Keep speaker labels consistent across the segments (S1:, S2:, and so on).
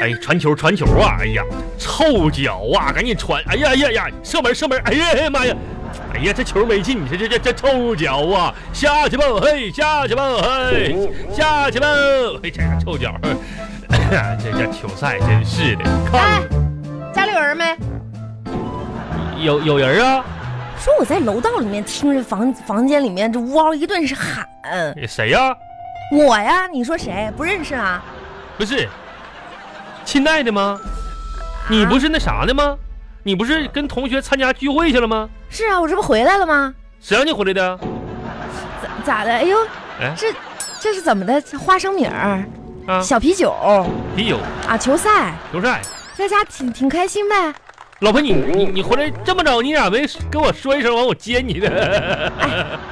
S1: 哎传球传球啊！哎呀，臭脚啊！赶紧传！哎呀呀呀，射门射门！哎呀呀妈呀！哎呀，这球没进！这这这这臭脚啊！下去吧，嘿，下去吧，嘿，下去吧！嘿，这个臭脚， 这这球赛真是的，
S2: 哎
S1: 看，
S2: 家里有人没？
S1: 有有人啊？
S2: 说我在楼道里面听着房房间里面这呜嗷一顿是喊，呃
S1: 哎谁呀、
S2: 我呀，你说谁不认识啊？
S1: 不是，亲爱的吗？你不是那啥的吗？你不是跟同学参加聚会去了吗？
S2: 是啊，我这不回来了吗？
S1: 谁让你回来的？
S2: 咋咋的？哎呦，
S1: 哎
S2: 这这是怎么的？花生米儿、
S1: 啊，
S2: 小啤酒
S1: 啤酒、
S2: 啊，球赛，
S1: 球赛。
S2: 在家挺挺开心呗。
S1: 老婆，你你
S2: 嗯
S1: 你回来这么早，你咋没跟我说一声，完我接你呢？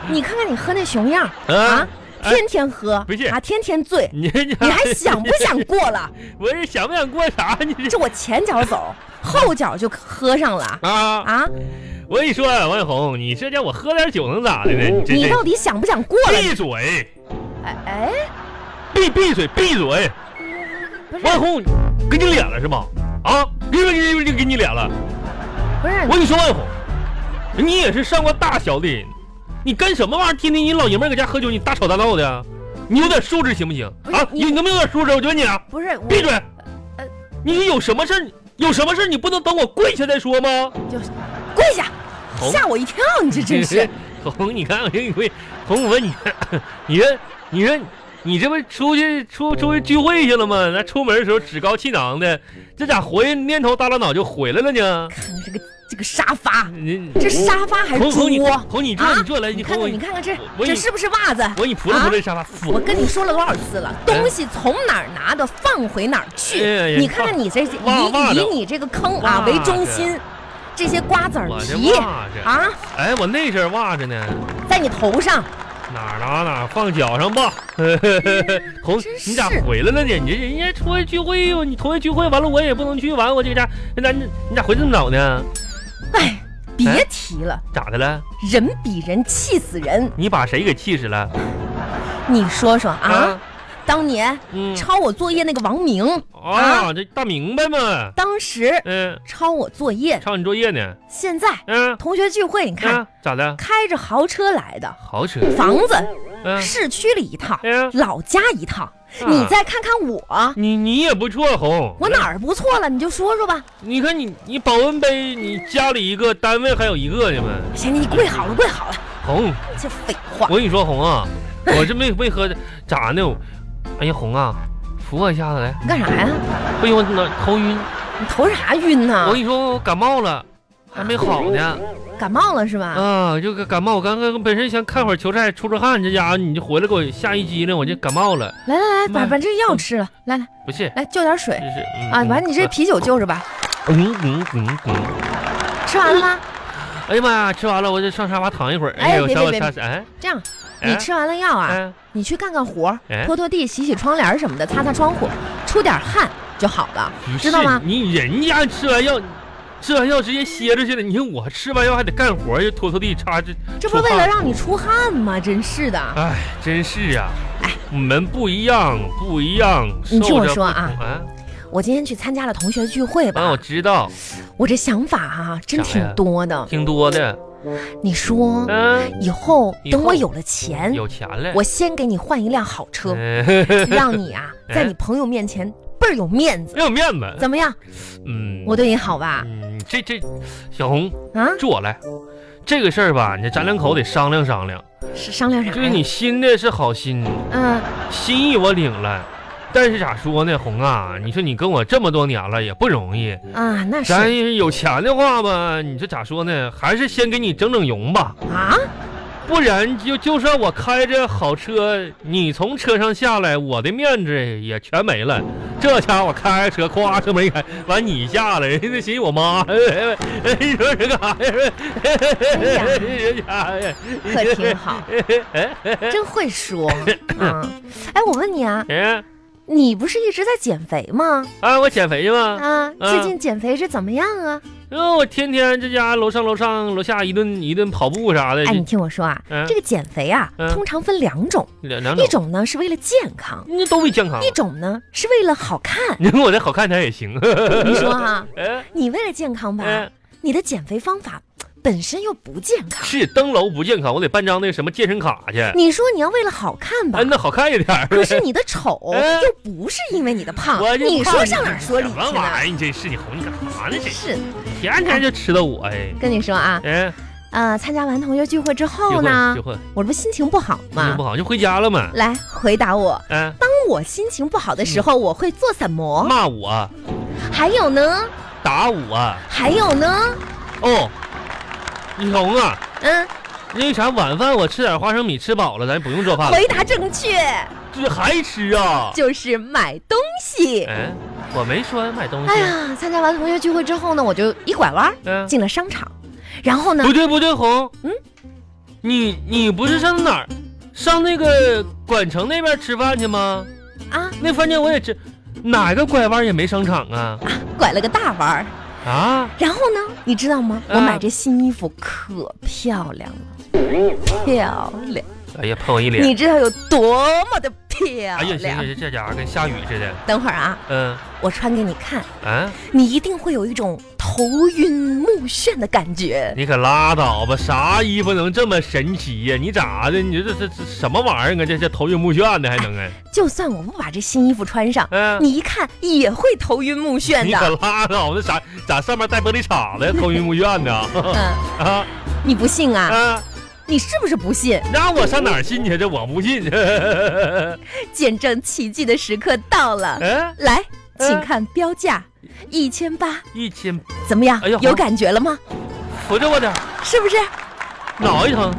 S2: 你看看你喝那熊样儿啊
S1: 啊，
S2: 天天喝，
S1: 不是
S2: 啊，天 天醉，
S1: 你这
S2: 你还想不想？过了？
S1: 我是想不想过啥？你这
S2: 这我前脚走，后脚就喝上了
S1: 啊！
S2: 啊！
S1: 我跟你说，啊王小红，你这叫我喝点酒能咋的呢？这
S2: 你
S1: 这
S2: 到底想不想过了？
S1: 闭嘴，
S2: 哎哎，
S1: 闭闭嘴，闭嘴！
S2: 不是
S1: 王小红，给你脸了是吗？啊，给给给给你脸了！
S2: 不
S1: 我
S2: 是，
S1: 跟你说，万红，你也是上过大学的人，你干什么玩意儿？天天你老爷们儿搁家喝酒，你大吵大闹的，啊你有点素质行不行
S2: 不是
S1: 啊？
S2: 哎你
S1: 你能不能有点素质？我就问你啊，
S2: 不是，我
S1: 闭嘴！
S2: 呃
S1: 你有什么事儿？有什么事儿你不能等我跪下再说吗？
S2: 就是跪下，
S1: 红
S2: 吓我一跳！你这 真是
S1: 红，你看我给你跪，红，我问你， 你这你这你这不出去出出去聚会去了吗？那出门的时候趾高气昂的，这咋回念头耷拉脑就回来了呢？
S2: 看这个这个沙发，
S1: 你
S2: 这沙发还
S1: 红
S2: 桌
S1: 红嗯你，红你坐
S2: 啊
S1: 你坐来，
S2: 你看
S1: 红我
S2: 看你看看这
S1: 我我
S2: 这
S1: 给
S2: 是不是袜子？
S1: 我给你扑棱扑棱这沙发，
S2: 我
S1: 扶
S2: 跟你说了多少次了，东西从哪儿拿的放回哪
S1: 哎
S2: 儿
S1: 呀哎
S2: 去。
S1: 呀
S2: 你看看你这些
S1: 袜袜
S2: 以
S1: 子
S2: 以你这个坑
S1: 袜
S2: 啊
S1: 子
S2: 为中心，这些瓜子儿
S1: 我这
S2: 皮
S1: 袜子，
S2: 啊，
S1: 哎，我那身袜子呢？
S2: 在你头上，
S1: 哪儿拿哪儿放脚上吧。 红
S2: 真，嗯是
S1: 你咋回来了呢？你这人家出去聚会哟，你同学聚会完了我也不能去，完了我这家，那你你咋回这么早呢？
S2: 哎，别提了，
S1: 咋的了？
S2: 人比人气死人。
S1: 你把谁给气死了？
S2: 你说说啊，？当年
S1: 嗯，
S2: 抄我作业那个王明，啊
S1: 啊，这大明白嘛？
S2: 当时
S1: 嗯，
S2: 抄我作业，
S1: 抄你作业呢？
S2: 现在
S1: 嗯，
S2: 同学聚会，你看
S1: 啊，咋的？
S2: 开着豪车来的，
S1: 好扯。
S2: 房子
S1: 嗯，
S2: 市区里一套，
S1: 哎呀，
S2: 老家一套，你再看看我。
S1: 你你也不错，红。
S2: 我哪儿不错了？你就说说吧。
S1: 你看你你保温杯，你家里一个，单位还有一个呢嘛。
S2: 行，你跪好了，跪好了。
S1: 红，
S2: 这废话
S1: 我，跟你说，红啊，我这没没喝的，咋呢？我哎呀，红啊，扶我一下子来，
S2: 你干啥呀？
S1: 不行，我脑头晕。
S2: 你头啥晕
S1: 我
S2: 呢
S1: 跟？你说，我感冒了，还没好呢。
S2: 感冒了是吧？
S1: 啊，就个感冒，我刚刚本身想看会儿球赛出出汗，这家伙你就回来给我吓一激灵，我就感冒了。
S2: 来来来，把
S1: 妈
S2: 把这药吃了。来来
S1: 不是，
S2: 来，就点水
S1: 这是
S2: 啊，把你这，啤酒就着吧。
S1: 嗯嗯嗯嗯嗯，
S2: 吃完了吗？
S1: 哎呀妈呀，吃完了我就上沙发躺一会儿。
S2: 哎
S1: 呦，
S2: 别
S1: 上我
S2: 别
S1: 沙哎，
S2: 这样，
S1: 哎
S2: 你吃完了药啊，
S1: 哎
S2: 你去干干活儿，
S1: 哎
S2: 拖拖地、洗洗窗帘什么的，擦擦窗户，出点汗就好了
S1: 不，
S2: 知道
S1: 是
S2: 吗？
S1: 你人家吃完药，吃完药直接歇着去了。你看我吃完药还得干活，又拖拖地、擦这，
S2: 这不是
S1: 出
S2: 为
S1: 汗
S2: 了让你出汗吗？真是的。
S1: 哎，真是啊
S2: 哎，
S1: 我们不一样，不一样。
S2: 你听
S1: 受
S2: 我
S1: 着
S2: 说
S1: 不
S2: 啊
S1: 同啊，
S2: 我今天去参加了同学聚会
S1: 啊，我
S2: 吧，
S1: 知道，
S2: 我这想法哈、真
S1: 啥呀
S2: 挺多的。
S1: 挺多的。
S2: 你说，
S1: 嗯，
S2: 以后
S1: 以
S2: 等我
S1: 后
S2: 有了钱，
S1: 嗯有钱了。
S2: 我先给你换一辆好车，
S1: 嗯
S2: 让你啊在你朋友面前倍儿有面 子，
S1: 没有面子。
S2: 怎么样？
S1: 嗯，
S2: 我对你好吧？
S1: 嗯，这这，小红，
S2: 啊，
S1: 助我来。这个事儿吧，你咱两口得商量商量。
S2: 是商量啥
S1: 就是
S2: 哎呀？
S1: 你心的是好心，
S2: 嗯，
S1: 心意我领了，但是咋说呢，红啊，你说你跟我这么多年了也不容易，
S2: 啊，那是
S1: 咱有钱的话吧，你这咋说呢，还是先给你整整容吧，
S2: 啊，
S1: 不然就就算我开着好车，你从车上下来，我的面子也全没了。这家伙开着车，咵车门一开，完你下来，人家寻思我妈，哎哎哎，你说这干啥呀？哎呀，
S2: 可 挺好，真会说
S1: 嗯
S2: 啊。哎，我问你啊，
S1: 哎，
S2: 你不是一直在减肥吗？
S1: 啊，我减肥去吗？
S2: 啊，最近减肥是怎么样啊？
S1: 哦，我天天这家楼上楼上楼下一顿一顿跑步啥的，
S2: 哎，你听我说啊，
S1: 嗯
S2: 这个减肥啊，
S1: 嗯
S2: 通常分两种，
S1: 两两
S2: 一
S1: 种，嗯
S2: 种呢是为了健康，
S1: 那都为健康
S2: 一。种呢是为了好看。
S1: 你看我再好看点也行。
S2: 你说哈、
S1: 哎
S2: 你为了健康吧
S1: 哎，，
S2: 你的减肥方法本身又不健康。
S1: 是登楼不健康，我得办张那什么健身卡去。
S2: 你说你要为了好看吧
S1: 哎，，那好看一点儿。
S2: 可是你的 丑
S1: 哎
S2: 又不是因为你的胖
S1: 我，就
S2: 啊你
S1: 怕
S2: 说上哪儿说理
S1: 什
S2: 去
S1: 么
S2: 呢？
S1: 玩意儿？你这是你哄你干啥呢？这
S2: 是，
S1: 天天就知道我哎
S2: 跟你说啊，
S1: 哎，
S2: 呃，参加完同学聚会之
S1: 结
S2: 后
S1: 婚
S2: 呢
S1: 结，婚，
S2: 我这不心情不好
S1: 心情
S2: 吗
S1: 不？好就回家了嘛。
S2: 来回答我，
S1: 哎，
S2: 当我心情不好的时候，我会做什么？
S1: 骂我，嗯
S2: 还有呢？
S1: 打我，
S2: 还有呢？
S1: 哦，你红啊，
S2: 嗯，
S1: 那啥晚饭我吃点花生米，吃饱了咱不用做饭了。
S2: 回答正确
S1: 这还吃啊？
S2: 就是买东西。
S1: 哎，我没说买东西
S2: 哎。呀，参加完同学聚会之后呢，我就一拐弯儿
S1: 嗯，
S2: 进了商场，然后呢
S1: 不，对不对，红，
S2: 嗯，
S1: 你你不是上哪儿？上那个管城那边吃饭去吗？
S2: 啊，
S1: 那饭店我也吃，哪个拐弯也没商场啊
S2: 拐了个大弯儿。
S1: 啊！
S2: 然后呢，你知道吗？
S1: 嗯
S2: 我买这新衣服可漂亮了，漂亮！
S1: 哎呀，喷我一脸！
S2: 你啊知道有多么的漂
S1: 哎呀，行
S2: 亮？
S1: 行，这家伙跟下雨似的。
S2: 等会儿啊，
S1: 嗯
S2: 我穿给你看，
S1: 啊，
S2: 你一定会有一种头晕目眩的感觉。
S1: 你可拉倒吧，啥衣服能这么神奇呀、你咋的？你这这这什么玩意儿啊？这这头晕目眩的还能啊？
S2: 就算我不把这新衣服穿上，
S1: 嗯、
S2: 你一看也会头晕目眩
S1: 你可
S2: 的。
S1: 拉倒吧，咋咋上面带玻璃碴 子，头晕目眩的
S2: 嗯，
S1: 啊
S2: 你不信啊？
S1: 啊！
S2: 你是不是不信？
S1: 让我上哪儿信去？这我不信。 啊
S2: 见证奇迹的时刻到了，
S1: 嗯，
S2: 来，
S1: 嗯
S2: 请看标价一千八，
S1: 一千，
S2: 怎么样
S1: 哎呦？
S2: 有感觉了吗？
S1: 扶着我点儿，
S2: 是不是？
S1: 脑一疼。